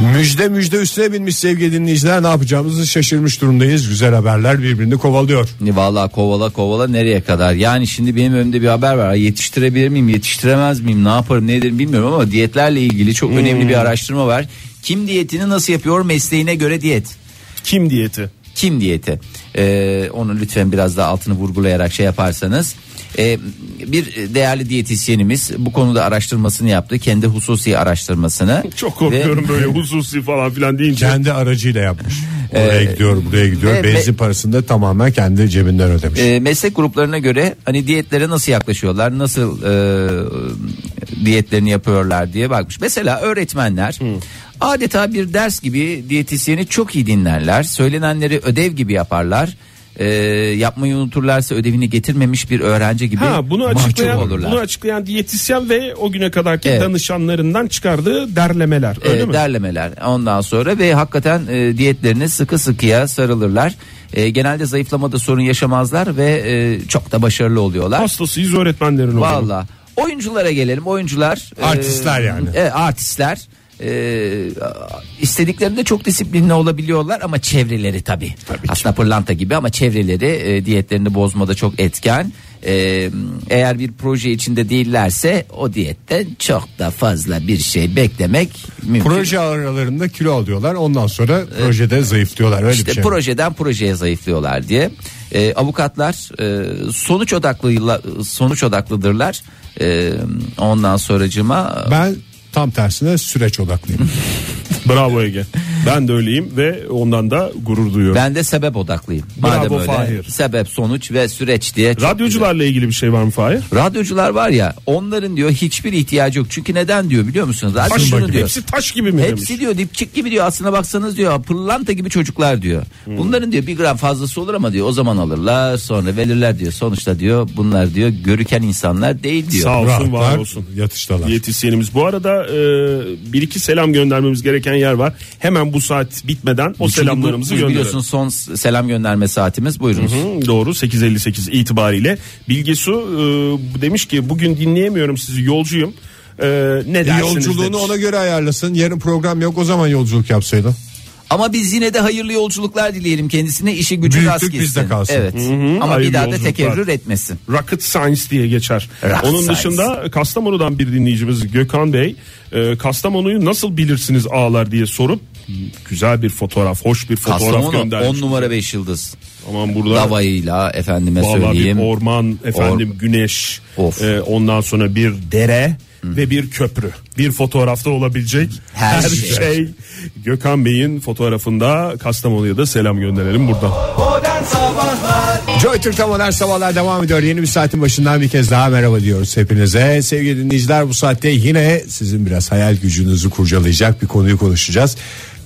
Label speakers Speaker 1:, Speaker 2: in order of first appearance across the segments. Speaker 1: Müjde müjde üstüne binmiş sevgili dinleyiciler ne yapacağımızı şaşırmış durumdayız. Güzel haberler birbirini kovalıyor.
Speaker 2: Valla kovala kovala nereye kadar? Yani şimdi benim önümde bir haber var. Ay Yetiştirebilir miyim, yetiştiremez miyim, ne yaparım, ne ederim bilmiyorum ama diyetlerle ilgili çok önemli bir
Speaker 3: Hmm.
Speaker 2: araştırma var. Kim diyetini nasıl yapıyor mesleğine göre diyet.
Speaker 3: Kim diyeti?
Speaker 2: Kim diyeti? Ee, onu lütfen biraz daha altını vurgulayarak şey yaparsanız. Ee, bir değerli diyetisyenimiz bu konuda araştırmasını yaptı. Kendi hususi araştırmasını.
Speaker 3: Çok korkuyorum
Speaker 2: Ve-
Speaker 3: böyle hususi falan filan deyince.
Speaker 1: Kendi aracıyla yapmış.
Speaker 3: Ee,
Speaker 1: Oraya gidiyor buraya gidiyor.
Speaker 3: e,
Speaker 2: ve-
Speaker 1: Benzin parasını da tamamen kendi cebinden ödemiş.
Speaker 2: E, meslek gruplarına göre hani diyetlere nasıl yaklaşıyorlar nasıl e, diyetlerini yapıyorlar diye bakmış. Mesela öğretmenler adeta bir ders gibi diyetisyeni çok iyi dinlerler söylenenleri ödev gibi yaparlar. E, yapmayı unuturlarsa ödevini getirmemiş bir öğrenci gibi
Speaker 3: Ha bunu
Speaker 2: mahcup
Speaker 3: açıklayan
Speaker 2: olurlar.
Speaker 3: bunu açıklayan diyetisyen ve o güne kadarki
Speaker 2: Evet.
Speaker 3: danışanlarından çıkardığı derlemeler öyle
Speaker 2: E,
Speaker 3: mi?
Speaker 2: derlemeler ondan sonra ve hakikaten e, diyetlerine sıkı sıkıya sarılırlar. E, genelde zayıflamada sorun yaşamazlar ve e, çok da başarılı oluyorlar.
Speaker 3: Hastasıyız öğretmenlerin o zaman.
Speaker 2: Valla. Oyunculara gelelim. Oyuncular.
Speaker 1: Artistler yani.
Speaker 2: E, artistler. E, istediklerinde çok disiplinli olabiliyorlar ama çevreleri tabii. Aslında pırlanta gibi ama çevreleri e, diyetlerini bozmada çok etken. E, eğer bir proje içinde değillerse o diyetten çok da fazla bir şey beklemek mümkün.
Speaker 1: Proje aralarında kilo alıyorlar. Ondan sonra
Speaker 3: E,
Speaker 1: projede zayıflıyorlar. Öyle
Speaker 2: İşte
Speaker 1: bir şey.
Speaker 2: projeden projeye zayıflıyorlar diye. E, avukatlar e, sonuç odaklı yılla- sonuç odaklıdırlar. E, ondan sonracıma
Speaker 1: Ben tam tersine süreç odaklıyım.
Speaker 3: Bravo Ege. Ben de öyleyim ve ondan da gurur duyuyorum.
Speaker 2: ben de sebep odaklıyım.
Speaker 3: Bravo
Speaker 2: Madem öyle
Speaker 3: Fahir.
Speaker 2: sebep sonuç ve süreç diye. çok güzel.
Speaker 3: Radyocularla ilgili bir şey var mı Fahir?
Speaker 2: Radyocular var ya onların diyor hiçbir ihtiyacı yok. Çünkü neden diyor biliyor musunuz? Radyo
Speaker 3: Taş
Speaker 2: şunu
Speaker 3: gibi.
Speaker 2: diyor.
Speaker 3: Hepsi taş gibi mi
Speaker 2: Hepsi
Speaker 3: demiş?
Speaker 2: diyor dipçik gibi diyor aslına baksanız diyor pırlanta gibi çocuklar diyor.
Speaker 3: Hmm.
Speaker 2: Bunların diyor bir gram fazlası olur ama diyor o zaman alırlar sonra verirler diyor. Sonuçta diyor bunlar diyor görüken insanlar değil diyor.
Speaker 3: Sağ olsun var
Speaker 1: Rahatlar,
Speaker 3: olsun.
Speaker 1: yatıştalar.
Speaker 3: Diyetisyenimiz. Bu arada e, bir iki selam göndermemiz gereken yer var. Hemen bu saat bitmeden o
Speaker 2: Çünkü bu-
Speaker 3: selamlarımızı
Speaker 2: bu
Speaker 3: gönderelim.
Speaker 2: Biliyorsun son s- selam gönderme saatimiz buyurunuz.
Speaker 3: Hı, Doğru 8.58 itibariyle Bilgesu e, demiş ki bugün dinleyemiyorum sizi yolcuyum E, ne
Speaker 1: E,
Speaker 3: dersiniz
Speaker 1: Yolculuğunu
Speaker 3: demiş.
Speaker 1: ona göre ayarlasın. Yarın program yok o zaman yolculuk yapsaydın.
Speaker 2: Ama biz yine de hayırlı yolculuklar dileyelim kendisine işi gücü
Speaker 1: Büyüklük
Speaker 2: rast gitsin.
Speaker 1: bizde kalsın.
Speaker 2: Evet. Ama
Speaker 3: hayırlı
Speaker 2: bir daha da
Speaker 3: yolculuklar.
Speaker 2: tekerrür etmesin.
Speaker 3: Rocket Science diye geçer.
Speaker 2: Rocket
Speaker 3: Onun
Speaker 2: Science.
Speaker 3: dışında Kastamonu'dan bir dinleyicimiz Gökhan Bey e, Kastamonu'yu nasıl bilirsiniz ağlar diye sorup güzel bir fotoğraf, hoş bir fotoğraf
Speaker 2: Kastamonu
Speaker 3: göndermiş.
Speaker 2: 10 numara 5 yıldız.
Speaker 3: Aman burada
Speaker 2: Davayıyla efendime
Speaker 3: Vallahi
Speaker 2: söyleyeyim.
Speaker 3: bir orman efendim güneş
Speaker 2: Of.
Speaker 3: e, ondan sonra bir dere ve bir köprü. Bir fotoğrafta olabilecek her,
Speaker 2: Her
Speaker 3: şey.
Speaker 2: şey.
Speaker 3: Gökhan Bey'in fotoğrafında Kastamonu'ya da selam gönderelim buradan.
Speaker 1: Joy Türk'te modern sabahlar devam ediyor. Yeni bir saatin başından bir kez daha merhaba diyoruz hepinize. Sevgili dinleyiciler bu saatte yine sizin biraz hayal gücünüzü kurcalayacak bir konuyu konuşacağız.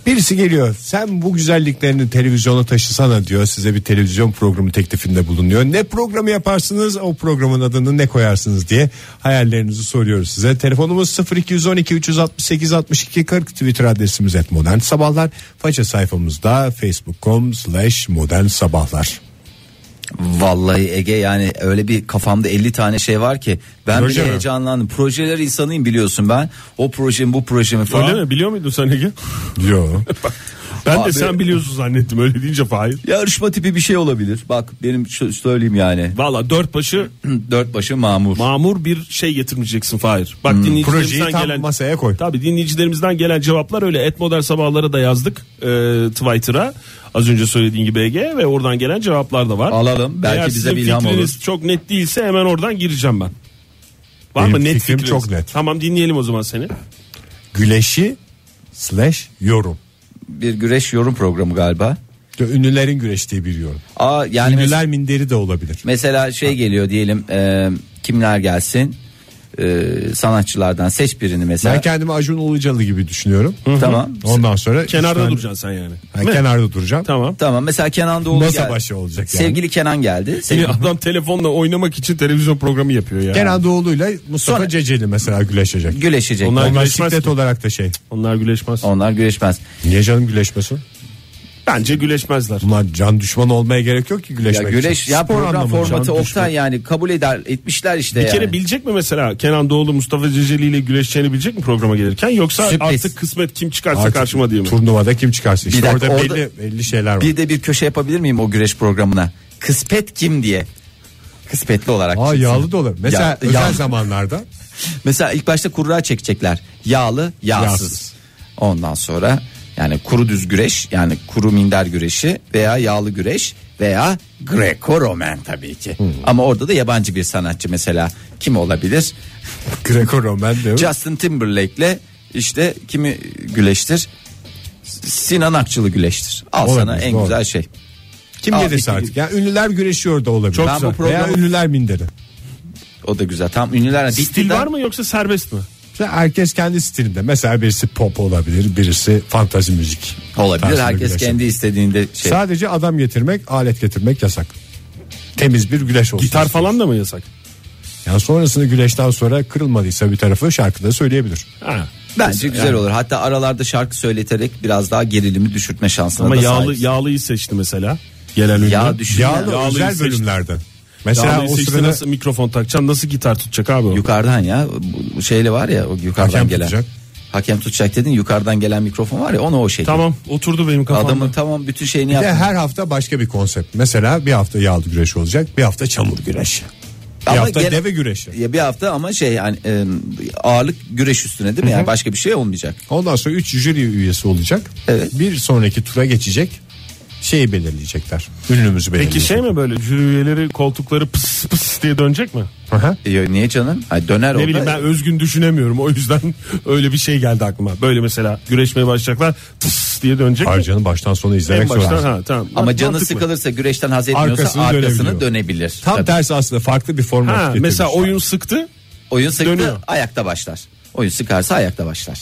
Speaker 1: Birisi geliyor sen bu güzelliklerini televizyona taşısana diyor size bir televizyon programı teklifinde bulunuyor. Ne programı yaparsınız o programın adını ne koyarsınız diye hayallerinizi soruyoruz size. Telefonumuz 0212 368 62 40 Twitter adresimiz et modern sabahlar. Faça sayfamızda facebook.com slash modern sabahlar.
Speaker 2: Vallahi Ege yani öyle bir kafamda 50 tane şey var ki ben
Speaker 1: Proje
Speaker 2: bile
Speaker 1: mi?
Speaker 2: heyecanlandım. Projeler insanıyım biliyorsun ben. O projem bu projemi falan.
Speaker 3: Öyle mi? Biliyor muydun sen Ege?
Speaker 1: Yo.
Speaker 3: Ben de
Speaker 2: Abi-
Speaker 3: sen biliyorsun zannettim öyle deyince Fahir.
Speaker 2: Yarışma tipi bir şey olabilir. Bak benim şu- söyleyeyim yani.
Speaker 3: Valla dört başı
Speaker 2: Dört başı mamur.
Speaker 3: mamur bir şey getirmeyeceksin Fahir. Bak
Speaker 2: Hmm.
Speaker 3: dinleyicilerimizden
Speaker 1: Projeyi tam
Speaker 3: gelen...
Speaker 1: masaya koy.
Speaker 3: Tabi dinleyicilerimizden gelen cevaplar öyle et modern sabahlara da yazdık e, Twitter'a. Az önce söylediğin gibi Ege ve oradan gelen cevaplar da var.
Speaker 2: Alalım. Belki
Speaker 3: Eğer
Speaker 2: bize
Speaker 3: sizin
Speaker 2: bir ilham
Speaker 3: fikriniz çok net değilse hemen oradan gireceğim ben. Var
Speaker 1: Benim
Speaker 3: mı net
Speaker 1: fikrim
Speaker 3: fikriniz?
Speaker 1: çok net.
Speaker 3: Tamam dinleyelim o zaman seni.
Speaker 1: Güleşi slash yorum.
Speaker 2: Bir güreş yorum programı galiba.
Speaker 1: Ünlülerin güreştiği bir yorum.
Speaker 2: Aa
Speaker 3: Hani
Speaker 2: yani mes-
Speaker 1: Ünlüler minderi de olabilir.
Speaker 2: mesela şey geliyor diyelim e, kimler gelsin E, sanatçılardan seç birini mesela.
Speaker 1: Ben kendimi Acun Ilıcalı gibi düşünüyorum.
Speaker 2: Tamam.
Speaker 1: Ondan sonra
Speaker 3: Kenarda
Speaker 1: üç tane-
Speaker 3: duracaksın sen yani.
Speaker 1: Ha, kenarda duracağım.
Speaker 3: Tamam.
Speaker 2: Tamam mesela Kenan Doğulu
Speaker 1: Masa
Speaker 2: geldi.
Speaker 1: başı olacak yani.
Speaker 2: Sevgili Kenan geldi. Sevgili-
Speaker 3: Yine adam telefonla oynamak için televizyon programı yapıyor yani.
Speaker 1: Kenan Doğulu'yla Mustafa
Speaker 2: Sonra-
Speaker 1: Ceceli mesela güleşecek.
Speaker 2: güleşecek.
Speaker 3: Onlar-
Speaker 1: Onlar
Speaker 3: güleşmez
Speaker 1: şiddet
Speaker 3: ki.
Speaker 1: olarak da şey.
Speaker 3: Onlar güleşmez.
Speaker 2: Onlar güreşmez.
Speaker 1: Niye canım güleşmesin?
Speaker 3: Bence güleşmezler.
Speaker 1: Bunlar can düşmanı olmaya gerek yok ki güleşmek
Speaker 2: Ya güreş
Speaker 1: için.
Speaker 2: ya
Speaker 1: Spor
Speaker 2: program
Speaker 1: anlamında.
Speaker 2: formatı
Speaker 3: canım
Speaker 2: Oktay
Speaker 3: düşman.
Speaker 2: yani kabul eder etmişler işte
Speaker 3: Bir
Speaker 2: yani.
Speaker 3: kere bilecek mi mesela Kenan Doğulu Mustafa Ceceli ile güreşeceğini bilecek mi programa gelirken yoksa
Speaker 2: Sürpriz.
Speaker 3: artık kısmet kim çıkarsa
Speaker 1: Artık
Speaker 3: karşıma diye mi?
Speaker 1: Turnuvada kim çıkarsa işte
Speaker 2: Bir dakika,
Speaker 1: orada,
Speaker 2: orada-
Speaker 1: belli, belli şeyler var.
Speaker 2: Bir de bir köşe yapabilir miyim o güreş programına? Kıspet kim diye. Kıspetli olarak.
Speaker 1: Aa
Speaker 2: çıksın.
Speaker 1: yağlı da olur. Mesela
Speaker 2: Ya-
Speaker 1: özel
Speaker 2: yağlı-
Speaker 1: zamanlarda
Speaker 2: Mesela ilk başta kurra çekecekler. Yağlı, yağsız.
Speaker 1: Yağsız.
Speaker 2: Ondan sonra yani kuru düz güreş yani kuru minder güreşi veya yağlı güreş veya Greco-Roman tabii ki. Ama orada da yabancı bir sanatçı mesela kim olabilir?
Speaker 1: Greco Roman diyor.
Speaker 2: Justin Timberlake'le işte kimi güleştir? Sinan Akçılı güleştir. Al
Speaker 1: Olabilir,
Speaker 2: sana en
Speaker 1: doğru.
Speaker 2: güzel şey.
Speaker 1: Kim
Speaker 2: Aa,
Speaker 1: gelirse
Speaker 2: iki-
Speaker 1: artık.
Speaker 3: şey
Speaker 1: Yani ünlüler güreşiyor da olabilir.
Speaker 2: Çok
Speaker 1: Veya
Speaker 2: güzel.
Speaker 1: Veya ünlüler minderi.
Speaker 2: O da güzel. Tam ünlüler.
Speaker 3: Stil var mı yoksa serbest mi?
Speaker 1: İşte herkes kendi stilinde. Mesela birisi pop olabilir, birisi fantazi müzik.
Speaker 2: Olabilir.
Speaker 1: tarzında
Speaker 2: Herkes
Speaker 1: güreşir.
Speaker 2: kendi istediğinde şey.
Speaker 1: Sadece adam getirmek, alet getirmek yasak. Temiz bir güleş olsun.
Speaker 3: Gitar falan da mı yasak?
Speaker 1: Yani sonrasında güleşten sonra kırılmadıysa bir tarafı şarkıda söyleyebilir.
Speaker 3: Ha.
Speaker 2: Bence güzel olur. Hatta aralarda şarkı söyleterek biraz daha gerilimi düşürtme şansına
Speaker 3: Ama
Speaker 2: da
Speaker 3: yağlı
Speaker 2: sahibiz.
Speaker 3: yağlıyı seçti mesela. Gelen ünlü.
Speaker 2: Yağ düşün.
Speaker 1: Yağlı,
Speaker 3: Yağlıyı
Speaker 1: özel
Speaker 3: seçti.
Speaker 1: bölümlerden. Mesela
Speaker 3: Yağlıyı
Speaker 1: o
Speaker 3: seçti
Speaker 1: sırada
Speaker 3: nasıl mikrofon takacaksın nasıl gitar tutacak abi o?
Speaker 2: Yukarıdan ya bu- bu şeyle var ya o yukarıdan
Speaker 1: Hakem
Speaker 2: gelen.
Speaker 1: tutacak.
Speaker 2: Hakem tutacak dedin yukarıdan gelen mikrofon var ya onu o şey.
Speaker 3: Tamam oturdu benim kafamda.
Speaker 2: Adamın tamam bütün şeyini
Speaker 1: Bir de
Speaker 2: yaptı.
Speaker 1: her hafta başka bir konsept. Mesela bir hafta yağlı güreş olacak, bir hafta çamur güreşi. Bir
Speaker 2: Ama
Speaker 1: hafta
Speaker 2: gene-
Speaker 1: deve güreşi.
Speaker 2: Ya bir hafta ama şey yani e, ağırlık güreş üstüne değil mi? Yani başka bir şey olmayacak.
Speaker 1: Ondan sonra 3 jüri üyesi olacak.
Speaker 2: Evet.
Speaker 1: Bir sonraki tura geçecek. Şeyi belirleyecekler. Ünlümüzü belirleyecek.
Speaker 3: Peki şey mi böyle jüri üyeleri koltukları pıs pıs diye dönecek mi?
Speaker 1: Aha.
Speaker 2: E, niye canım? Ay döner
Speaker 3: Ne
Speaker 2: orada.
Speaker 3: bileyim ben özgün düşünemiyorum o yüzden öyle bir şey geldi aklıma. Böyle mesela güreşmeye başlayacaklar pıs diye dönecek mi?
Speaker 1: Hayır canım baştan sona izlemek
Speaker 3: En baştan
Speaker 1: zorunda.
Speaker 3: ha tamam.
Speaker 2: Ama
Speaker 3: Mant-
Speaker 2: canı
Speaker 3: mantıklı.
Speaker 2: sıkılırsa güreşten haz etmiyorsa
Speaker 1: Arkasını
Speaker 2: arkasını,
Speaker 1: dönebiliyor.
Speaker 2: dönebilir.
Speaker 1: Tam
Speaker 2: Tabii.
Speaker 1: tersi aslında farklı bir format
Speaker 3: Ha,
Speaker 1: getirmişler.
Speaker 3: mesela
Speaker 2: şey.
Speaker 3: oyun sıktı.
Speaker 2: Oyun sıktı
Speaker 3: Dönüyor.
Speaker 2: ayakta başlar. Oyun sıkarsa ayakta başlar.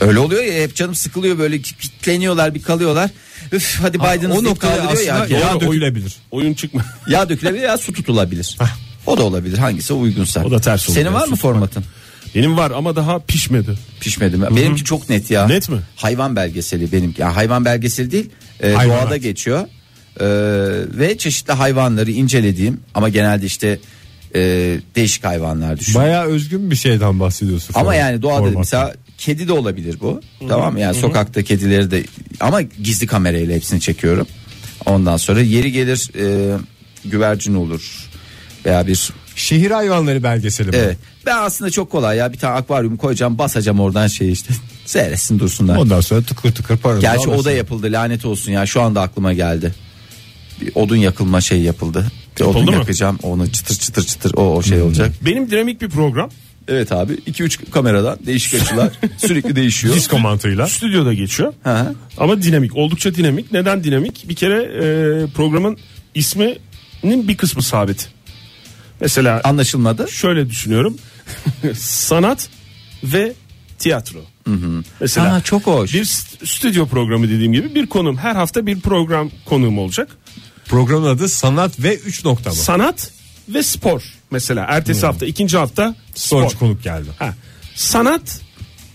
Speaker 2: Öyle oluyor ya hep canım sıkılıyor böyle ki- kitleniyorlar bir kalıyorlar. Üf hadi Biden'ı
Speaker 1: o
Speaker 2: deyip
Speaker 1: noktada
Speaker 2: kaldırıyor ya.
Speaker 1: aslında
Speaker 2: herkes.
Speaker 1: yağ
Speaker 2: Yağ,
Speaker 1: dökülebilir.
Speaker 3: Oyun çıkma.
Speaker 2: dökülebilir ya su tutulabilir. O da olabilir hangisi uygunsa.
Speaker 3: O da ters olur
Speaker 2: Senin
Speaker 3: ya,
Speaker 2: var
Speaker 3: su
Speaker 2: mı formatın?
Speaker 3: Benim var ama daha pişmedi.
Speaker 2: Pişmedi mi? Benimki çok net ya.
Speaker 3: Net mi?
Speaker 2: Hayvan belgeseli benimki. Yani hayvan belgeseli değil e,
Speaker 1: Hayvanat.
Speaker 2: doğada geçiyor. E, ve çeşitli hayvanları incelediğim ama genelde işte e, değişik hayvanlar düşün.
Speaker 1: Baya özgün bir şeyden bahsediyorsun.
Speaker 2: Ama
Speaker 1: format-
Speaker 2: yani doğada
Speaker 1: formatta.
Speaker 2: mesela kedi de olabilir bu. Tamam mı? Yani sokakta kedileri de ama gizli kamerayla hepsini çekiyorum. Ondan sonra yeri gelir e, güvercin olur veya bir
Speaker 1: Şehir hayvanları belgeseli. bu.
Speaker 2: evet. Ben aslında çok kolay ya bir tane akvaryum koyacağım basacağım oradan şey işte seyretsin dursunlar.
Speaker 1: Ondan sonra tıkır tıkır paranızı
Speaker 2: Gerçi o da
Speaker 1: alırsın.
Speaker 2: yapıldı lanet olsun ya şu anda aklıma geldi. Bir odun yakılma şeyi yapıldı. Bir odun
Speaker 3: Yapıldı mı?
Speaker 2: yakacağım onu çıtır çıtır çıtır o, o şey olacak.
Speaker 3: Benim dinamik bir program.
Speaker 2: Evet abi 2-3 kameradan değişik açılar sürekli değişiyor.
Speaker 1: Disko mantığıyla.
Speaker 3: Stüdyoda geçiyor.
Speaker 2: Hı hı.
Speaker 3: Ama dinamik oldukça dinamik. Neden dinamik? Bir kere e, programın isminin bir kısmı sabit. Mesela
Speaker 2: Anlaşılmadı.
Speaker 3: şöyle düşünüyorum. Sanat ve tiyatro. Mesela
Speaker 2: Aa, çok hoş.
Speaker 3: bir st- stüdyo programı dediğim gibi bir konum her hafta bir program konuğum olacak.
Speaker 1: Programın adı sanat ve 3 nokta mı?
Speaker 3: Sanat ve spor mesela ertesi hafta ikinci hafta spor.
Speaker 1: Sonuç konuk geldi.
Speaker 3: Ha, sanat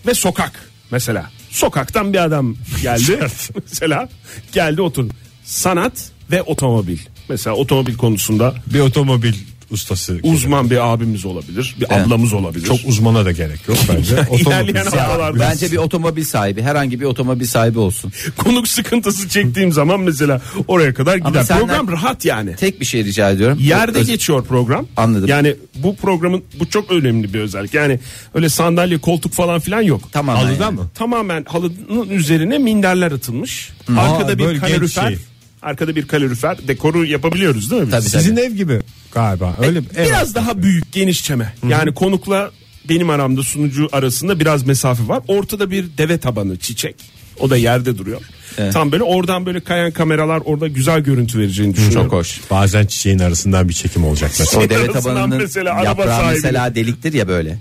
Speaker 3: ve sokak mesela. Sokaktan bir adam geldi. mesela geldi oturdu. Sanat ve otomobil. Mesela otomobil konusunda
Speaker 1: Bir otomobil ustası.
Speaker 3: uzman bir abimiz olabilir, bir
Speaker 2: Evet.
Speaker 3: ablamız olabilir.
Speaker 1: Çok uzmana da gerek yok bence. Otomobil.
Speaker 3: İlerleyen haftalarda
Speaker 2: Bence bir otomobil sahibi herhangi bir otomobil sahibi olsun.
Speaker 3: konuk sıkıntısı çektiğim zaman mesela oraya kadar gider.
Speaker 2: senden-
Speaker 3: Program rahat yani.
Speaker 2: Tek bir şey rica ediyorum.
Speaker 3: Yerde
Speaker 2: Öz-
Speaker 3: geçiyor program.
Speaker 2: Anladım.
Speaker 3: Yani bu programın bu çok önemli bir özellik. Yani öyle sandalye, koltuk falan filan yok.
Speaker 2: Tamamen Halıda yani. mı?
Speaker 3: Tamamen halının üzerine minderler atılmış. Arkada
Speaker 1: Aa, böyle genç
Speaker 3: bir kalorifer.
Speaker 1: şey.
Speaker 3: Arkada bir kalorifer. Dekoru yapabiliyoruz değil mi? biz?
Speaker 2: Tabii, tabii.
Speaker 1: Sizin ev gibi galiba. Öyle mi? Evet.
Speaker 3: Biraz daha büyük, geniş çeme. Yani konukla benim aramda sunucu arasında biraz mesafe var. Ortada bir deve tabanı çiçek. O da yerde duruyor. Tam böyle oradan böyle kayan kameralar orada güzel görüntü vereceğini düşünüyorum.
Speaker 2: Çok hoş.
Speaker 1: Bazen çiçeğin arasından bir çekim olacak mesela.
Speaker 2: O deve
Speaker 3: Arasından
Speaker 2: tabanının
Speaker 3: mesela araba
Speaker 2: yaprağı
Speaker 3: sahibi.
Speaker 2: mesela deliktir ya böyle.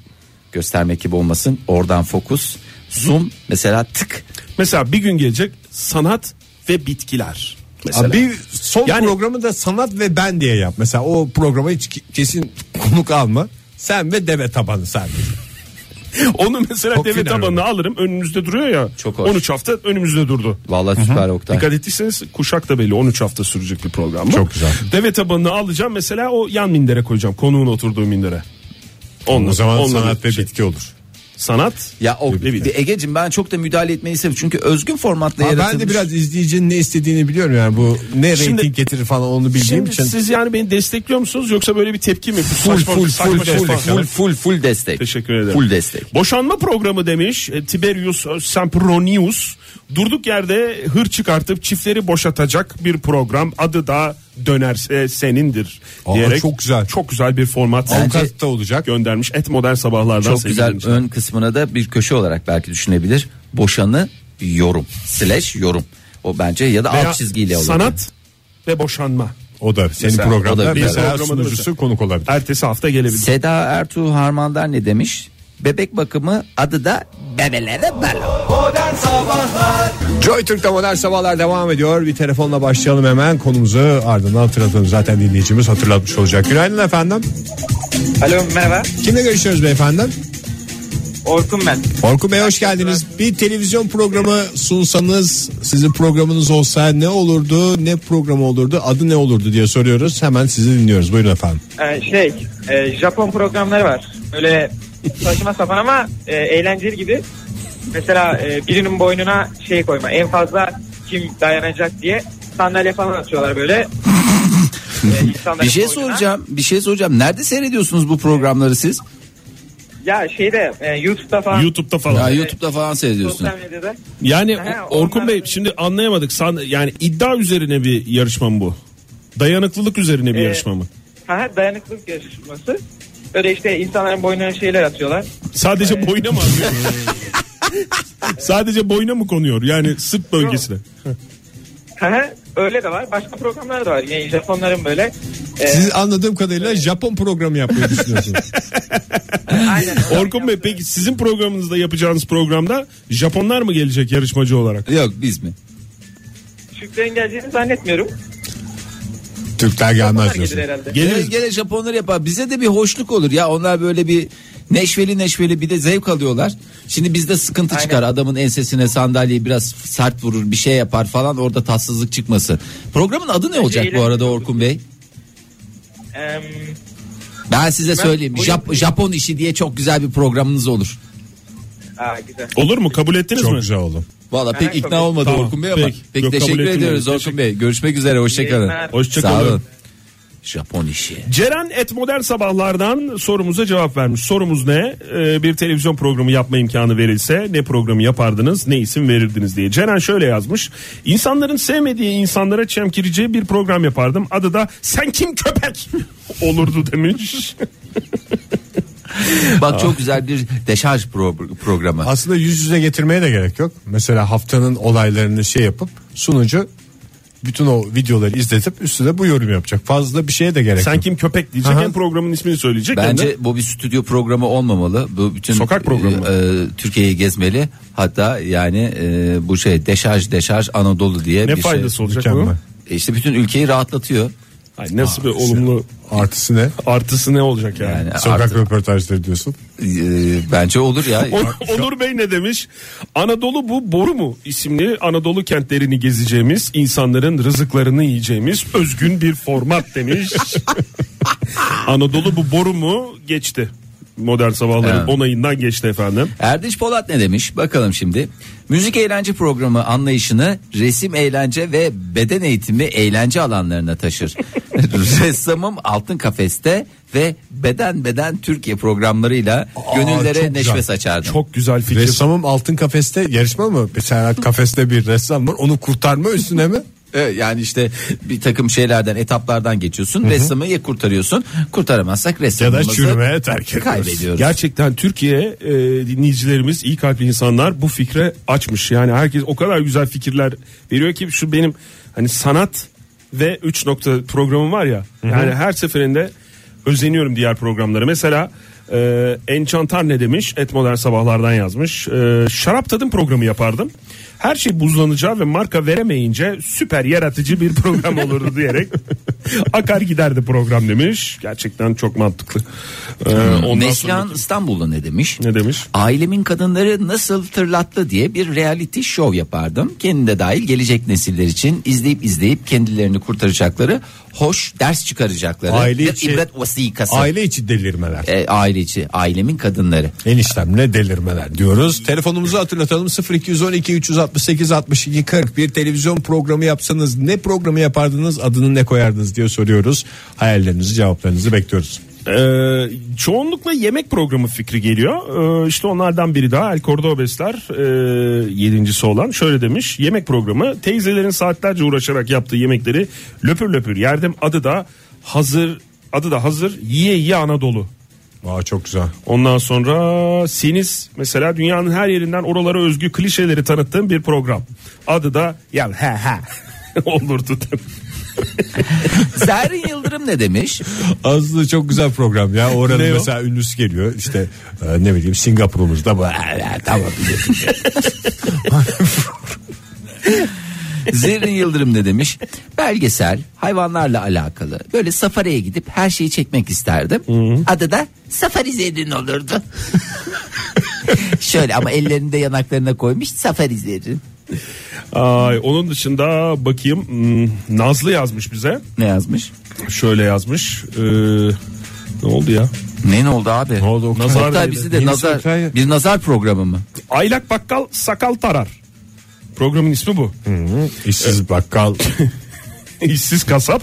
Speaker 2: Göstermek gibi olmasın. Oradan fokus, zoom mesela tık.
Speaker 3: Mesela bir gün gelecek sanat ve bitkiler. Mesela.
Speaker 1: Aa, Bir son
Speaker 3: Yani-
Speaker 1: programı da sanat ve ben diye yap. Mesela o programa hiç ki- kesin konuk alma. Sen ve deve tabanı sen.
Speaker 3: Onu mesela
Speaker 1: Çok
Speaker 3: deve
Speaker 1: fena
Speaker 3: tabanını alırım önümüzde duruyor ya.
Speaker 2: Çok hoş.
Speaker 3: 13 hafta önümüzde durdu.
Speaker 2: Vallahi süper Oktay.
Speaker 3: Dikkat ettiyseniz kuşak da belli 13 hafta sürecek bir program bu.
Speaker 1: Çok güzel.
Speaker 3: Deve tabanını alacağım mesela o yan mindere koyacağım. Konuğun oturduğu mindere. Onunla,
Speaker 1: O zaman
Speaker 3: onunla
Speaker 1: sanat ve
Speaker 3: bir şey.
Speaker 1: bitki olur.
Speaker 3: Sanat.
Speaker 2: Ya o
Speaker 3: Ne bileyim.
Speaker 2: Ege'cim ben çok da müdahale etmeyi seviyorum. Çünkü özgün formatla
Speaker 1: Ama
Speaker 2: yaratılmış.
Speaker 1: ben de biraz izleyicinin ne istediğini biliyorum yani bu ne
Speaker 3: Şimdi-
Speaker 1: reyting getirir falan onu bildiğim
Speaker 3: Şimdi
Speaker 1: için.
Speaker 3: siz yani beni destekliyor musunuz yoksa böyle bir tepki mi? Bu
Speaker 2: full
Speaker 3: saçma-
Speaker 2: full
Speaker 3: saçma
Speaker 2: full
Speaker 3: şey
Speaker 2: full
Speaker 3: falan.
Speaker 2: full full full destek.
Speaker 3: Teşekkür ederim.
Speaker 2: Full destek.
Speaker 3: Boşanma programı demiş e, Tiberius Sempronius. Durduk yerde hır çıkartıp çiftleri boşatacak bir program. Adı da dönerse senindir
Speaker 1: Aa,
Speaker 3: diyerek.
Speaker 1: çok güzel.
Speaker 3: Çok güzel bir format
Speaker 1: Avukat da olacak.
Speaker 3: göndermiş. Et modern sabahlardan.
Speaker 2: Çok
Speaker 3: sevgili
Speaker 2: güzel
Speaker 3: dinleyiciler.
Speaker 2: ön kısmına da bir köşe olarak belki düşünebilir. Boşanı yorum. Slash yorum. O bence ya da
Speaker 3: Veya
Speaker 2: alt çizgiyle olur.
Speaker 3: Sanat ve boşanma.
Speaker 1: O da senin
Speaker 3: Mesela,
Speaker 1: programda
Speaker 2: o da
Speaker 1: mesela
Speaker 3: programda
Speaker 1: sunucusu
Speaker 3: mesela.
Speaker 1: konuk olabilir.
Speaker 3: Ertesi hafta gelebilir.
Speaker 2: Seda Ertuğ Harman'dan ne demiş? Bebek bakımı adı da bebelere balo.
Speaker 1: Joy Türk'te modern sabahlar devam ediyor. Bir telefonla başlayalım hemen konumuzu ardından hatırlatalım. Zaten dinleyicimiz hatırlatmış olacak. Günaydın efendim.
Speaker 4: Alo merhaba.
Speaker 1: Kimle görüşüyoruz beyefendi?
Speaker 4: Orkun ben.
Speaker 1: Orkun Bey hoş geldiniz. Bir televizyon programı sunsanız sizin programınız olsa ne olurdu, ne programı olurdu, adı ne olurdu diye soruyoruz. Hemen sizi dinliyoruz. Buyurun efendim.
Speaker 4: Ee, şey e, Japon programları var. Böyle saçma sapan ama e, eğlenceli gibi. Mesela e, birinin boynuna şey koyma. En fazla kim dayanacak diye sandalye falan atıyorlar böyle. Ee, insanların
Speaker 2: Bir şey
Speaker 4: boynuna.
Speaker 2: soracağım. Bir şey soracağım. Nerede seyrediyorsunuz bu programları siz?
Speaker 4: Ya şeyde e, YouTube'da falan.
Speaker 3: YouTube'da
Speaker 2: Ya
Speaker 3: falan.
Speaker 2: YouTube'da falan seyrediyorsunuz.
Speaker 4: Sosyal medyada.
Speaker 3: Yani
Speaker 4: Ha,
Speaker 3: o- Orkun
Speaker 4: onlar-
Speaker 3: Bey şimdi anlayamadık. San, yani iddia üzerine bir yarışma mı bu? Dayanıklılık üzerine bir
Speaker 4: Ee,
Speaker 3: yarışma mı?
Speaker 4: Ha, dayanıklılık yarışması. Böyle işte insanların boynuna şeyler atıyorlar.
Speaker 3: Sadece boyuna mı atıyor? Sadece boyuna mı konuyor? Yani sırt bölgesine.
Speaker 4: Ha, Öyle de var. Başka programlar da var. Yani Japonların böyle. e,
Speaker 1: Siz anladığım kadarıyla Japon programı yapmayı düşünüyorsunuz.
Speaker 4: aynen.
Speaker 3: Orkun Bey peki sizin programınızda yapacağınız programda Japonlar mı gelecek yarışmacı olarak?
Speaker 2: Yok biz mi?
Speaker 4: Şükrü'nün geleceğini zannetmiyorum.
Speaker 1: Türkler
Speaker 4: Onlar
Speaker 1: gelmez
Speaker 4: gelir
Speaker 1: diyorsunuz.
Speaker 4: herhalde.
Speaker 2: Gene,
Speaker 3: Geliriz.
Speaker 2: gene Japonlar yapar. Bize de bir hoşluk olur ya. Onlar böyle bir neşveli neşveli bir de zevk alıyorlar. Şimdi bizde sıkıntı
Speaker 4: Aynen.
Speaker 2: çıkar. Adamın ensesine sandalyeyi biraz sert vurur bir şey yapar falan orada tatsızlık çıkmasın. Programın adı ne olacak bu
Speaker 4: eğlenceli
Speaker 2: arada Orkun Bey?
Speaker 4: Em,
Speaker 2: Ben size söyleyeyim.
Speaker 4: bu-
Speaker 2: Jap- Japon işi diye çok güzel bir programınız olur.
Speaker 4: aa, güzel.
Speaker 3: Olur mu? Kabul ettiniz
Speaker 1: Çok
Speaker 3: mi?
Speaker 1: güzel oldu.
Speaker 2: Valla pek
Speaker 4: Aynen,
Speaker 2: ikna
Speaker 4: tabii.
Speaker 2: olmadı
Speaker 3: Tamam,
Speaker 2: Orkun Bey ama.
Speaker 3: peki.
Speaker 2: Peki,
Speaker 3: Yok, kabul
Speaker 2: teşekkür
Speaker 3: etmiyorum.
Speaker 2: ediyoruz Orkun Bey. Görüşmek üzere. Hoşçakalın.
Speaker 4: Yayınlar.
Speaker 2: Sağ
Speaker 3: Hoşçakalın.
Speaker 2: olun. Japon işi.
Speaker 3: Ceren et modern sabahlardan sorumuza cevap vermiş. Sorumuz ne? Ee, bir televizyon programı yapma imkanı verilse ne programı yapardınız, ne isim verirdiniz diye. Ceren şöyle yazmış. İnsanların sevmediği insanlara çemkireceği bir program yapardım. Adı da Sen Kim Köpek olurdu demiş.
Speaker 2: Bak çok güzel bir deşarj pro- programı.
Speaker 1: Aslında yüz yüze getirmeye de gerek yok. Mesela haftanın olaylarını şey yapıp sunucu bütün o videoları izletip üstüne bu yorum yapacak. Fazla bir şeye de gerek
Speaker 3: Sen
Speaker 1: yok.
Speaker 3: Kim Köpek diyecek
Speaker 1: Aha.
Speaker 3: hem programın ismini söyleyecek. hem de-
Speaker 2: Bence bu bir stüdyo programı olmamalı. Bu bütün
Speaker 3: Sokak programı.
Speaker 2: e, e, Türkiye'yi gezmeli. Hatta yani e, bu şey deşarj deşarj Anadolu diye
Speaker 3: Ne
Speaker 2: bir
Speaker 3: faydası
Speaker 2: şey.
Speaker 3: olacak
Speaker 1: Mükemmel.
Speaker 3: bunun?
Speaker 2: E İşte bütün ülkeyi rahatlatıyor.
Speaker 3: Ay nasıl bir olumlu
Speaker 1: Artısı ne?
Speaker 3: artısı ne olacak yani?
Speaker 2: Yani
Speaker 1: Sokak
Speaker 2: artık,
Speaker 1: röportajları diyorsun.
Speaker 2: e, bence olur ya.
Speaker 3: On- Onur Bey ne demiş? Anadolu bu boru mu isimli Anadolu kentlerini gezeceğimiz, insanların rızıklarını yiyeceğimiz özgün bir format demiş. Anadolu bu boru mu geçti. Modern sabahların
Speaker 2: Evet.
Speaker 3: onayından geçti efendim.
Speaker 2: Erdiş Polat ne demiş? Bakalım şimdi. Müzik eğlence programı anlayışını resim eğlence ve beden eğitimi eğlence alanlarına taşır. Ressamım Altın Kafes'te ve Beden Beden Türkiye programlarıyla
Speaker 1: çok
Speaker 2: gönüllere
Speaker 1: güzel.
Speaker 2: neşve saçardım.
Speaker 3: Çok güzel fikir.
Speaker 1: Ressamım Altın Kafes'te yarışma mı? Mesela kafeste bir ressam var onu kurtarma üstüne mi?
Speaker 2: E, Yani işte bir takım şeylerden etaplardan geçiyorsun. Ressamı ya kurtarıyorsun. Kurtaramazsak
Speaker 1: Ya da
Speaker 2: ressamımızı
Speaker 1: çürümeye terk ediyoruz.
Speaker 2: kaybediyoruz.
Speaker 3: Gerçekten Türkiye e, dinleyicilerimiz iyi kalpli insanlar bu fikre açmış. Yani herkes o kadar güzel fikirler veriyor ki şu benim hani sanat ve 3 nokta programım var ya. Yani her seferinde özeniyorum diğer programlara. Mesela Ee, Enchantar ne demiş? Et Modern Sabahlar'dan yazmış. Ee, şarap tadım programı yapardım. Her şey buzlanacağı ve marka veremeyince süper yaratıcı bir program olurdu diyerek akar giderdi program demiş. Gerçekten çok mantıklı. Ee, ondan
Speaker 2: Neslihan
Speaker 3: sonra
Speaker 2: İstanbul'da ne demiş?
Speaker 3: ne demiş?
Speaker 2: Ailemin kadınları nasıl tırlattı diye bir reality show yapardım. Kendine dahil gelecek nesiller için izleyip izleyip kendilerini kurtaracakları, hoş ders çıkaracakları
Speaker 1: Aile
Speaker 2: bir
Speaker 1: içi-
Speaker 2: ibret vasikası. Aile,
Speaker 1: Aile içi delirmeler.
Speaker 2: e, aile içi, ailemin kadınları.
Speaker 1: Eniştem ne delirmeler diyoruz. Telefonumuzu hatırlatalım 0212 368 62 40 bir televizyon programı yapsanız ne programı yapardınız adını ne koyardınız diye soruyoruz. Hayallerinizi cevaplarınızı bekliyoruz.
Speaker 3: Ee, çoğunlukla yemek programı fikri geliyor. Ee, işte onlardan biri daha El Cordobesler e, yedincisi olan şöyle demiş. Yemek programı teyzelerin saatlerce uğraşarak yaptığı yemekleri löpür löpür yerdim. Adı da hazır adı da hazır yiye yiye Anadolu.
Speaker 1: Aa çok güzel.
Speaker 3: Ondan sonra Siniz mesela dünyanın her yerinden oralara özgü klişeleri tanıttığım bir program. Adı da ya he he olurdu.
Speaker 2: Zerrin Yıldırım ne demiş?
Speaker 1: Aslında çok güzel program ya.
Speaker 3: Ne
Speaker 1: Oranın
Speaker 3: o?
Speaker 1: mesela ünlüsü geliyor. İşte e, ne bileyim Singapur'umuzda bu. e, tamam biliyorsun.
Speaker 2: Zerrin Yıldırım ne demiş? Belgesel, hayvanlarla alakalı. Böyle safariye gidip her şeyi çekmek isterdim. Adı da Safari Zerrin olurdu. Şöyle ama ellerini de yanaklarına koymuş Safari Zerrin.
Speaker 3: Ay, onun dışında bakayım hmm, Nazlı yazmış bize.
Speaker 2: Ne yazmış?
Speaker 3: Şöyle yazmış. Ee, ne oldu ya?
Speaker 2: Ne ne oldu abi? Ne
Speaker 3: oldu? Oktay?
Speaker 2: Oktay bizi de
Speaker 1: Yeni
Speaker 2: nazar
Speaker 1: Oktay.
Speaker 2: bir nazar programı mı?
Speaker 3: Aylak bakkal sakal tarar. Programın ismi bu.
Speaker 1: İşsiz bakkal.
Speaker 3: İşsiz kasap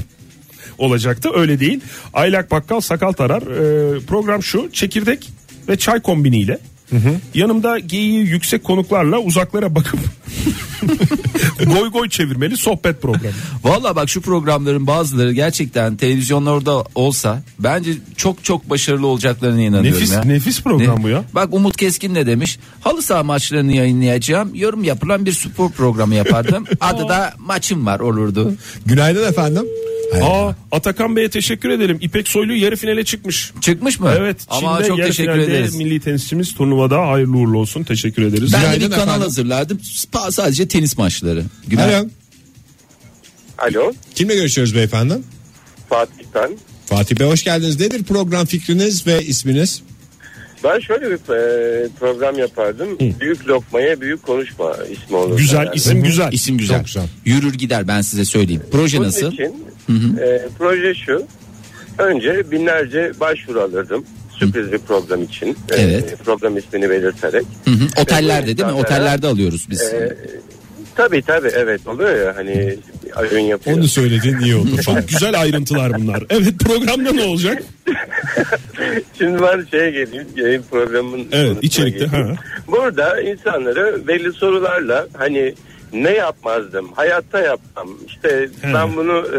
Speaker 3: olacaktı. Öyle değil. Aylak bakkal sakal tarar. Ee, program şu. Çekirdek ve çay kombiniyle. Yanımda geyiği yüksek konuklarla uzaklara bakıp goy goy çevirmeli sohbet programı.
Speaker 2: Valla bak şu programların bazıları gerçekten televizyonlarda olsa bence çok çok başarılı olacaklarına inanıyorum
Speaker 3: Nefis
Speaker 2: ya.
Speaker 3: nefis program
Speaker 2: Ne?
Speaker 3: bu ya.
Speaker 2: Bak Umut Keskin ne demiş? Halı saha maçlarını yayınlayacağım. Yorum yapılan bir spor programı yapardım. Adı da maçım var olurdu.
Speaker 1: Günaydın efendim.
Speaker 3: Aa, Atakan Bey'e teşekkür edelim. İpek Soylu yarı finale çıkmış.
Speaker 2: Çıkmış mı?
Speaker 3: Evet.
Speaker 2: Ama
Speaker 3: Çin'de
Speaker 2: çok
Speaker 3: yarı
Speaker 2: teşekkür
Speaker 3: finalde
Speaker 2: ederiz.
Speaker 3: Milli tenisçimiz turnuvada hayırlı uğurlu olsun. Teşekkür ederiz.
Speaker 2: Ben de bir
Speaker 1: Günaydın
Speaker 2: kanal
Speaker 1: efendim.
Speaker 2: hazırlardım. Spa- Sadece tenis maçları. Günaydın.
Speaker 1: Alo.
Speaker 5: Alo
Speaker 1: Kimle görüşüyoruz beyefendi?
Speaker 5: Fatih ben.
Speaker 1: Fatih Bey hoş geldiniz. Nedir program fikriniz ve isminiz?
Speaker 5: Ben şöyle bir e, program yapardım. Büyük lokmaya büyük konuşma ismi olur.
Speaker 3: Güzel
Speaker 5: herhalde.
Speaker 3: isim güzel.
Speaker 2: İsim güzel.
Speaker 1: Çok güzel.
Speaker 2: Yürür gider ben size söyleyeyim. Proje
Speaker 5: Bunun
Speaker 2: nasıl?
Speaker 5: için e, proje şu. Önce binlerce başvuru alırdım. Sürpriz bir program için. E,
Speaker 2: Evet.
Speaker 5: program ismini belirterek.
Speaker 2: Hı hı. Otellerde değil mi?
Speaker 5: Mesela-
Speaker 2: Otellerde alıyoruz biz.
Speaker 5: Ee, Tabii tabii evet oluyor ya hani ayın yapıyor.
Speaker 1: Onu söylediğin iyi oldu. Fatih.
Speaker 3: Çok güzel ayrıntılar bunlar. Evet programda ne olacak?
Speaker 5: Şimdi ben şeye geleyim yayın programın
Speaker 3: Evet,
Speaker 5: konusuna
Speaker 3: içerikte,
Speaker 5: geleyim.
Speaker 3: ha.
Speaker 5: Burada insanları belli sorularla hani ne yapmazdım hayatta yapmam işte
Speaker 3: He.
Speaker 5: ben bunu e,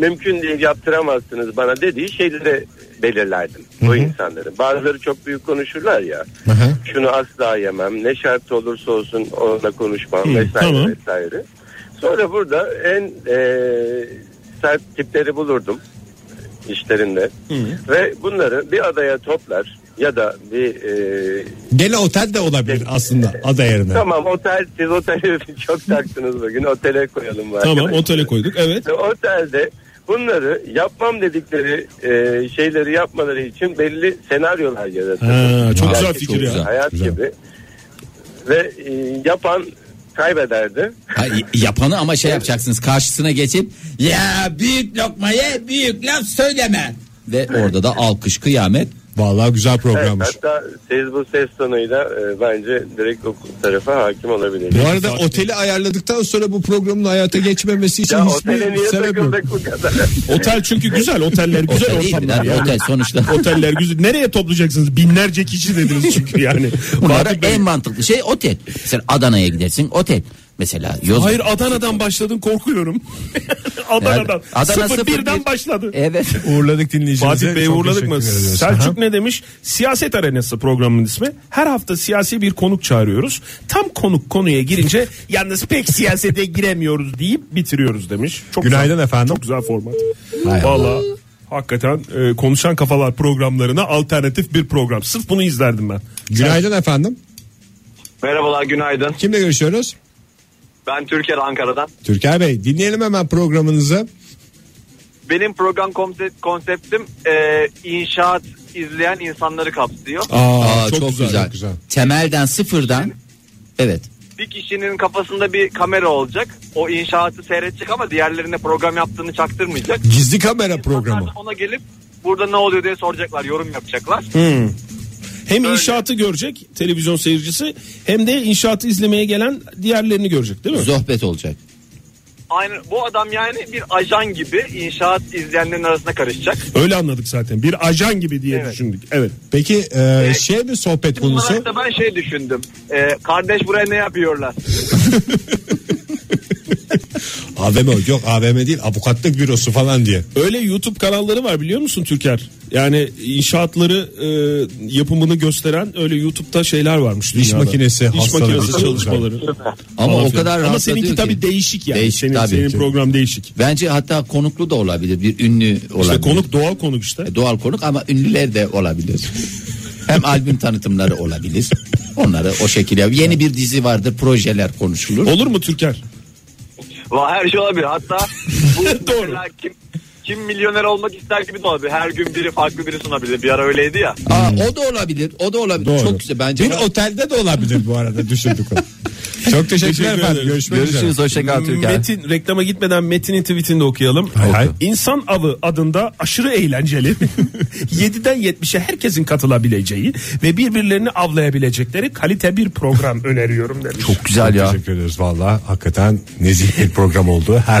Speaker 5: mümkün değil yaptıramazsınız bana dediği şeylere belirlerdim bu insanları. Bazıları çok büyük konuşurlar ya.
Speaker 1: hı.
Speaker 5: Şunu asla yemem. Ne şart olursa olsun onunla konuşmam
Speaker 3: Hı,
Speaker 5: vesaire
Speaker 3: tamam.
Speaker 5: vesaire. Sonra burada en e, sert tipleri bulurdum işlerinde ve bunları bir adaya toplar ya da bir e,
Speaker 1: Gene otel de olabilir aslında ada yerine.
Speaker 5: tamam otel siz oteli çok taktınız bugün otele koyalım var.
Speaker 3: Tamam otele koyduk. Evet.
Speaker 5: Otelde bunları yapmam dedikleri e, şeyleri yapmaları için belli senaryolar yaratılır.
Speaker 3: Ha, çok
Speaker 5: Hayat
Speaker 3: güzel
Speaker 5: gibi,
Speaker 3: fikir ya.
Speaker 5: Hayat
Speaker 1: Güzel.
Speaker 5: gibi. Ve e, yapan kaybederdi.
Speaker 2: Ha, y- yapanı ama şey yapacaksınız karşısına geçip ya büyük lokmaya büyük laf söyleme. Ve orada da alkış kıyamet.
Speaker 1: Vallahi güzel
Speaker 5: Evet,
Speaker 1: programmış.
Speaker 5: hatta siz bu ses tonuyla e, bence direkt o tarafa hakim olabilir.
Speaker 1: Bu arada oteli ayarladıktan sonra bu programın hayata geçmemesi için
Speaker 5: Ya otele
Speaker 1: hiçbir
Speaker 5: niye
Speaker 1: sebep yok.
Speaker 5: takıldık bu kadar?
Speaker 3: Otel çünkü güzel. Oteller güzel
Speaker 2: Otel iyidir
Speaker 3: ortamlar
Speaker 2: abi,
Speaker 3: ya.
Speaker 2: otel sonuçta.
Speaker 3: Oteller güzel. Nereye toplayacaksınız? Binlerce kişi dediniz çünkü yani.
Speaker 2: Bunlara
Speaker 3: Fatih Bey-
Speaker 2: en mantıklı şey otel. Mesela Adana'ya gidersin otel. Mesela Yozgat.
Speaker 3: Hayır Adana'dan başladım korkuyorum.
Speaker 2: Yani
Speaker 3: Adana'dan.
Speaker 2: Adana
Speaker 3: 01'den
Speaker 2: 01.
Speaker 3: başladı.
Speaker 2: Evet.
Speaker 1: Uğurladık dinleyicimize.
Speaker 3: Fatih Bey
Speaker 1: Çok
Speaker 3: uğurladık mı?
Speaker 1: teşekkür ediyoruz. Aha.
Speaker 3: Selçuk ne demiş? Siyaset Arenası programının ismi. Her hafta siyasi bir konuk çağırıyoruz. Tam konuk konuya girince yalnız pek siyasete giremiyoruz deyip bitiriyoruz demiş. Çok
Speaker 1: Günaydın
Speaker 3: güzel,
Speaker 1: efendim.
Speaker 3: Çok güzel format.
Speaker 1: Hay
Speaker 3: Valla Hakikaten e, konuşan kafalar programlarına alternatif bir program. Sırf bunu izlerdim ben.
Speaker 1: Günaydın efendim.
Speaker 6: Merhabalar günaydın.
Speaker 1: Kimle görüşüyoruz?
Speaker 6: Ben Türker Ankara'dan.
Speaker 1: Türker Bey dinleyelim hemen programınızı.
Speaker 6: Benim program konse- konseptim e, inşaat izleyen insanları kapsıyor.
Speaker 2: Aa, çok, güzel, Temelden sıfırdan. Evet.
Speaker 6: Bir kişinin kafasında bir kamera olacak. O inşaatı seyredecek ama diğerlerine program yaptığını çaktırmayacak.
Speaker 1: Gizli kamera
Speaker 6: Onlar
Speaker 1: programı.
Speaker 6: da ona gelip burada ne oluyor diye soracaklar, yorum yapacaklar.
Speaker 3: Hem
Speaker 6: Öyle.
Speaker 3: inşaatı görecek televizyon seyircisi hem de inşaatı izlemeye gelen diğerlerini görecek değil mi?
Speaker 2: Zohbet olacak.
Speaker 6: Aynı bu adam yani bir ajan gibi inşaat izleyenlerin arasına karışacak.
Speaker 3: Öyle anladık zaten. Bir ajan gibi diye
Speaker 6: Evet.
Speaker 3: düşündük. Evet.
Speaker 1: Peki e, şey mi sohbet konusu?
Speaker 6: Bunlar da ben şey düşündüm. E, kardeş buraya ne yapıyorlar?
Speaker 1: AVM yok AVM değil avukatlık bürosu falan diye.
Speaker 3: Öyle YouTube kanalları var biliyor musun Türker? Yani inşaatları e, yapımını gösteren öyle YouTube'da şeyler varmış.
Speaker 1: İş
Speaker 3: dünyada.
Speaker 1: makinesi,
Speaker 3: iş
Speaker 1: hastalık.
Speaker 3: makinesi
Speaker 1: Çok
Speaker 3: çalışmaları.
Speaker 2: Ama
Speaker 3: Falan
Speaker 2: o
Speaker 3: filan.
Speaker 2: kadar
Speaker 3: Ama
Speaker 2: rahatlatıyor
Speaker 3: seninki
Speaker 2: ki.
Speaker 3: tabii değişik yani.
Speaker 2: Değişik
Speaker 3: senin
Speaker 2: tabii.
Speaker 3: senin program değişik.
Speaker 2: Bence hatta konuklu da olabilir. Bir ünlü olabilir.
Speaker 3: İşte konuk doğal konuk işte.
Speaker 2: E, Doğal konuk ama ünlüler de olabilir. Hem albüm tanıtımları olabilir. Onları o şekilde. Yeni bir dizi vardır. Projeler konuşulur.
Speaker 3: Olur mu Türker?
Speaker 6: Valla her şey olabilir. Hatta bu
Speaker 3: Doğru.
Speaker 6: mesela kim, kim milyoner olmak ister gibi de olabilir. Her gün biri farklı biri sunabilir. Bir ara öyleydi ya.
Speaker 2: Aa, o da olabilir. O da olabilir.
Speaker 1: Doğru.
Speaker 2: Çok güzel bence.
Speaker 1: Bir otelde de olabilir bu arada düşündük onu. Çok teşekkürler
Speaker 3: Teşekkür
Speaker 1: efendim.
Speaker 3: ederim.
Speaker 1: Görüşmek üzere.
Speaker 2: Hoşçakal
Speaker 3: Metin reklama gitmeden Metin'in tweetini de okuyalım.
Speaker 1: Hay hay.
Speaker 3: İnsan avı adında aşırı eğlenceli 7'den 70'e herkesin katılabileceği ve birbirlerini avlayabilecekleri kalite bir program öneriyorum demiş.
Speaker 2: Çok güzel ya.
Speaker 1: Teşekkür ederiz valla. Hakikaten nezih bir program olduğu her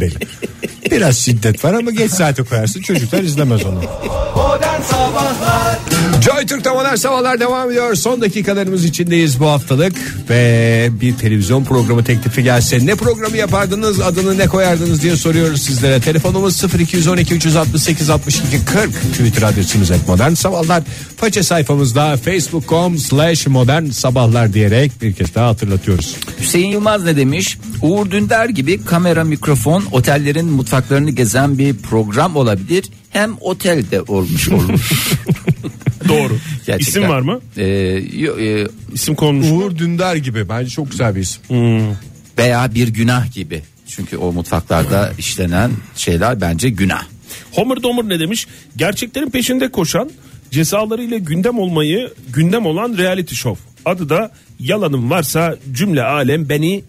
Speaker 1: belli. Biraz şiddet var ama geç saate koyarsın çocuklar izlemez onu. Joy Türk'te modern sabahlar devam ediyor. Son dakikalarımız içindeyiz bu haftalık. Ve bir televizyon programı teklifi gelse ne programı yapardınız adını ne koyardınız diye soruyoruz sizlere. Telefonumuz 0212 368 62 40 Twitter adresimiz et modern sabahlar. Faça sayfamızda facebook.com slash modern sabahlar diyerek bir kez daha hatırlatıyoruz.
Speaker 2: Hüseyin Yılmaz ne demiş? Uğur Dündar gibi kamera mikrofon otellerin mutfaklarını gezen bir program olabilir. Hem otelde olmuş olur.
Speaker 3: Doğru.
Speaker 2: Gerçekten.
Speaker 3: İsim var mı?
Speaker 2: Ee, yo- e,
Speaker 3: İsim konmuş. Hmm. mu?
Speaker 1: Uğur Dündar gibi bence çok güzel bir isim.
Speaker 2: veya bir günah gibi. Çünkü o mutfaklarda işlenen şeyler bence günah.
Speaker 3: Homer Domer ne demiş? Gerçeklerin peşinde koşan cezalarıyla gündem olmayı gündem olan reality show. Adı da yalanım varsa cümle alem beni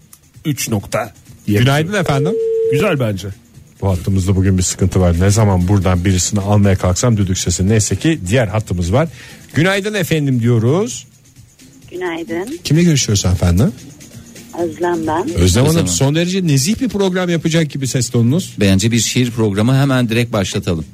Speaker 3: 3 nokta. diye.
Speaker 1: Günaydın efendim.
Speaker 3: Güzel bence.
Speaker 1: Bu hattımızda bugün bir sıkıntı var. Ne zaman buradan birisini almaya kalksam düdük sesi. Neyse ki diğer hattımız var. Günaydın efendim diyoruz.
Speaker 7: Günaydın.
Speaker 1: Kimle görüşüyoruz efendim?
Speaker 7: Özlem ben.
Speaker 1: Özlem Hanım
Speaker 2: Hanım.
Speaker 1: son derece nezih bir program yapacak gibi ses tonunuz.
Speaker 2: Bence bir şiir programı hemen direkt başlatalım.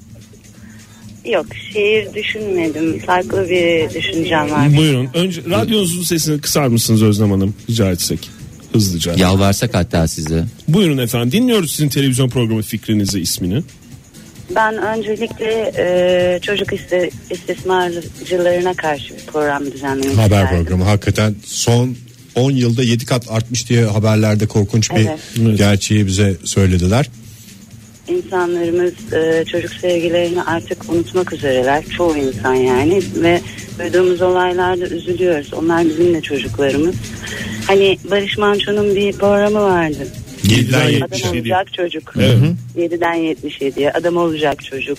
Speaker 7: Yok şiir düşünmedim. Farklı bir düşüncem var.
Speaker 3: Buyurun. Önce radyonuzun sesini kısar mısınız Özlem Hanım? Rica etsek. Hızlıca.
Speaker 2: Yalvarsak hatta size.
Speaker 3: Buyurun efendim. Dinliyoruz sizin televizyon programı fikrinizi, ismini.
Speaker 7: Ben öncelikle e, çocuk iste, istismarcılarına karşı bir program düzenlemek
Speaker 1: Haber
Speaker 7: isterdim.
Speaker 1: programı hakikaten son 10 yılda 7 kat artmış diye haberlerde korkunç bir
Speaker 7: Evet.
Speaker 1: gerçeği bize söylediler.
Speaker 7: İnsanlarımız e, çocuk sevgilerini artık unutmak üzereler. Çoğu insan yani ve duyduğumuz olaylarda üzülüyoruz. Onlar bizim de çocuklarımız. Hani Barış Manço'nun bir programı vardı.
Speaker 3: 7'den
Speaker 7: Adam
Speaker 3: 77.
Speaker 7: olacak çocuk.
Speaker 3: Evet.
Speaker 7: 7'den 77'ye adam olacak çocuk.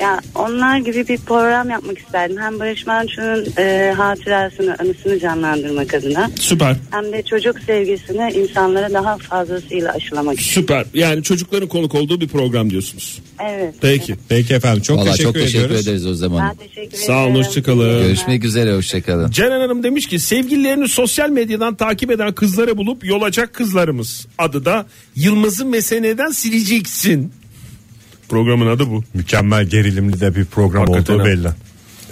Speaker 7: Ya onlar gibi bir program yapmak isterdim. Hem Barış Manço'nun e, hatırasını, anısını canlandırmak adına
Speaker 3: Süper.
Speaker 7: hem de çocuk sevgisini insanlara daha fazlasıyla aşılamak için.
Speaker 3: Süper. Yani çocukların konuk olduğu bir program diyorsunuz.
Speaker 7: Evet.
Speaker 1: Peki. Peki efendim çok
Speaker 2: Vallahi
Speaker 1: teşekkür
Speaker 2: çok teşekkür
Speaker 1: ediyoruz.
Speaker 2: ederiz o zaman.
Speaker 7: Ben teşekkür ederim.
Speaker 3: Sağ olun, hoşçakalın.
Speaker 2: Görüşmek üzere hoşçakalın.
Speaker 3: Ceren Hanım demiş ki sevgililerini sosyal medyadan takip eden kızları bulup yolacak kızlarımız. Adı da Yılmaz'ı meseneden sileceksin. Programın adı bu.
Speaker 1: Mükemmel gerilimli de bir program
Speaker 3: Hakikaten
Speaker 1: olduğu
Speaker 3: ha.
Speaker 1: belli.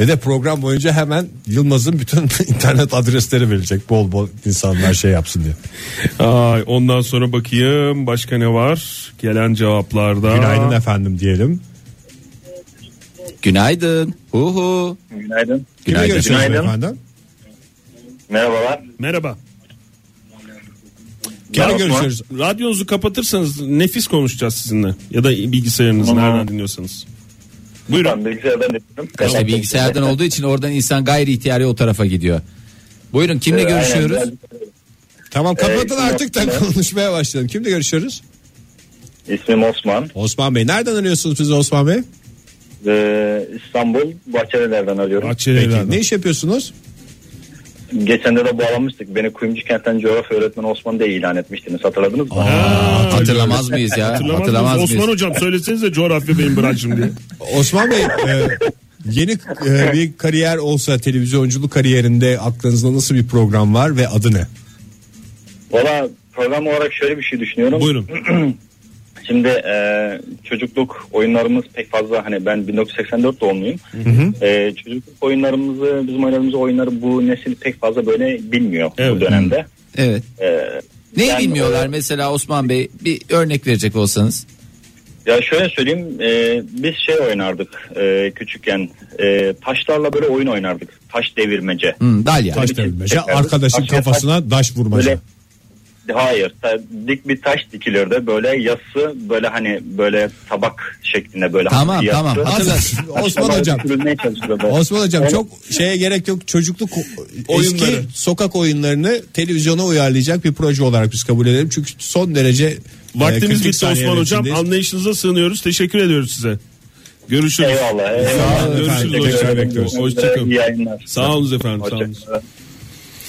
Speaker 1: Ve de program boyunca hemen Yılmaz'ın bütün internet adresleri verecek. Bol bol insanlar şey yapsın diye.
Speaker 3: Ay, ondan sonra bakayım başka ne var? Gelen cevaplarda.
Speaker 1: Günaydın efendim diyelim.
Speaker 2: Günaydın. Huhu.
Speaker 5: Günaydın.
Speaker 1: Kimle
Speaker 2: Günaydın.
Speaker 1: görüşüyoruz
Speaker 5: Günaydın.
Speaker 1: efendim?
Speaker 5: Merhabalar.
Speaker 3: Merhaba.
Speaker 1: Kimle
Speaker 5: Merhaba.
Speaker 1: görüşüyoruz?
Speaker 3: Radyonuzu kapatırsanız nefis konuşacağız sizinle. Ya da bilgisayarınızı nereden dinliyorsanız. Buyurun.
Speaker 8: Ben bilgisayardan yapıyorum.
Speaker 2: İşte bilgisayardan olduğu için oradan insan gayri ihtiyari o tarafa gidiyor. Buyurun kimle
Speaker 8: Aynen,
Speaker 2: görüşüyoruz?
Speaker 1: Tamam kapatın
Speaker 8: Ee,
Speaker 1: artık da
Speaker 8: yok.
Speaker 1: konuşmaya başlayalım. Kimle görüşüyoruz?
Speaker 8: ben- İsmim Osman.
Speaker 1: Osman Bey. Nereden arıyorsunuz bizi Osman Bey?
Speaker 8: Ee, İstanbul Bahçeliler'den arıyorum.
Speaker 1: Peki, ne iş yapıyorsunuz?
Speaker 8: Geçen de de bağlanmıştık. Beni Kuyumcu kentten coğrafya öğretmeni Osman diye ilan etmiştiniz. Hatırladınız mı?
Speaker 3: Aa,
Speaker 2: Hatırlamaz mıyız ya?
Speaker 3: Hatırlamaz,
Speaker 2: Hatırlamaz
Speaker 3: mısınız?
Speaker 2: mıyız?
Speaker 3: Osman hocam söylesenize coğrafya benim branşım diye.
Speaker 1: Osman Bey e, yeni e, bir kariyer olsa televizyonculuk kariyerinde aklınızda nasıl bir program var ve adı ne?
Speaker 8: Valla program olarak şöyle bir şey düşünüyorum.
Speaker 3: Buyurun.
Speaker 8: Şimdi e, çocukluk oyunlarımız pek fazla hani ben 1984 doğumluyum. E, çocukluk oyunlarımızı bizim oynadığımız oyunları bu nesil pek fazla böyle bilmiyor
Speaker 3: Evet.
Speaker 8: bu dönemde.
Speaker 2: Evet.
Speaker 8: E,
Speaker 2: Neyi
Speaker 8: ben- e,
Speaker 2: bilmiyorlar mesela Osman Bey? Bir örnek verecek olsanız.
Speaker 8: Ya şöyle söyleyeyim e, biz şey oynardık e, küçükken e, taşlarla böyle oyun oynardık taş devirmece.
Speaker 2: Hmm, Dalya.
Speaker 1: Taş devirmece. Arkadaşın
Speaker 8: Taşa taş-
Speaker 1: kafasına taş vurmaca.
Speaker 8: Böyle hayır ta- dik bir taş dikilirdi böyle yassı böyle hani böyle tabak şeklinde böyle.
Speaker 2: Tamam,
Speaker 8: hafif
Speaker 2: tamam.
Speaker 8: yassı.
Speaker 1: Hatırla-
Speaker 8: Taş
Speaker 1: Osman
Speaker 8: tabağa
Speaker 1: hocam.
Speaker 8: sürülmeye çalışırdı.
Speaker 1: Osman Hocam
Speaker 8: Onu-
Speaker 1: çok şeye gerek yok. Çocukluk oyunları.
Speaker 3: Oyunları.
Speaker 1: eski sokak oyunlarını televizyona uyarlayacak bir proje olarak biz kabul edelim. Çünkü son derece e,
Speaker 3: Vaktimiz
Speaker 1: 40
Speaker 3: bitti
Speaker 1: saniye
Speaker 3: Osman hocam.
Speaker 1: içindeyiz.
Speaker 3: Anlayışınıza sığınıyoruz. Teşekkür ediyoruz size. Görüşürüz.
Speaker 8: Eyvallah.
Speaker 3: Sağ olun,
Speaker 8: eyvallah.
Speaker 3: görüşürüz
Speaker 8: Tekrar
Speaker 3: hocam.
Speaker 8: bekliyoruz.
Speaker 3: Hoşçakalın.
Speaker 8: İyi yayınlar.
Speaker 3: Sağ olun efendim. Sağ
Speaker 8: Hoşça
Speaker 3: olun.
Speaker 8: kalın.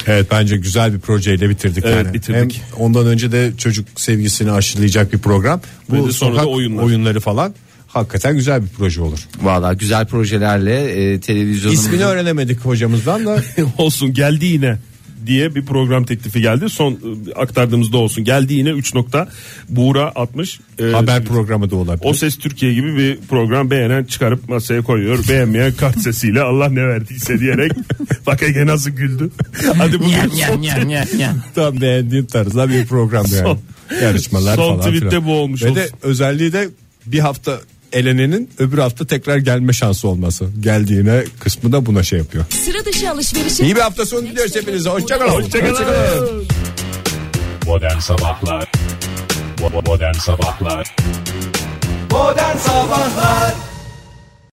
Speaker 1: Evet bence güzel bir projeyle bitirdik.
Speaker 3: Evet,
Speaker 1: yani.
Speaker 3: bitirdik.
Speaker 1: Hem ondan önce de çocuk sevgisini aşılayacak bir program.
Speaker 3: Ve
Speaker 1: Bu
Speaker 3: de sonra da
Speaker 1: sokak
Speaker 3: oyunlar.
Speaker 1: oyunları falan hakikaten güzel bir proje olur.
Speaker 2: Valla güzel projelerle e, televizyonumuzun-
Speaker 1: İsmini öğrenemedik hocamızdan da.
Speaker 3: olsun geldi yine diye bir program teklifi geldi. Son e, aktardığımızda olsun. Geldi yine 3 nokta. Buğra atmış. E,
Speaker 1: Haber programı da olabilir.
Speaker 3: O Ses Türkiye gibi bir program beğenen çıkarıp masaya koyuyor. Beğenmeyen kart sesiyle Allah ne verdiyse diyerek. Bak Ege nasıl güldü. Hadi bu
Speaker 2: Nyam, nyam, nyam, nyam, nyam.
Speaker 1: tam beğendiğim tarzda bir program yani. Yarışmalar
Speaker 3: son
Speaker 1: falan.
Speaker 3: tweette
Speaker 1: filan.
Speaker 3: bu olmuş
Speaker 1: Ve de
Speaker 3: olsun.
Speaker 1: özelliği de bir hafta elenenin öbür hafta tekrar gelme şansı olması. Geldiğine kısmı da buna şey yapıyor.
Speaker 9: Sıra dışı alışverişi.
Speaker 1: İyi bir hafta sonu diliyoruz hepinize. Hoşçakalın.
Speaker 3: Hoşçakalın.
Speaker 10: Modern Sabahlar Bo- Modern Sabahlar
Speaker 11: Modern Sabahlar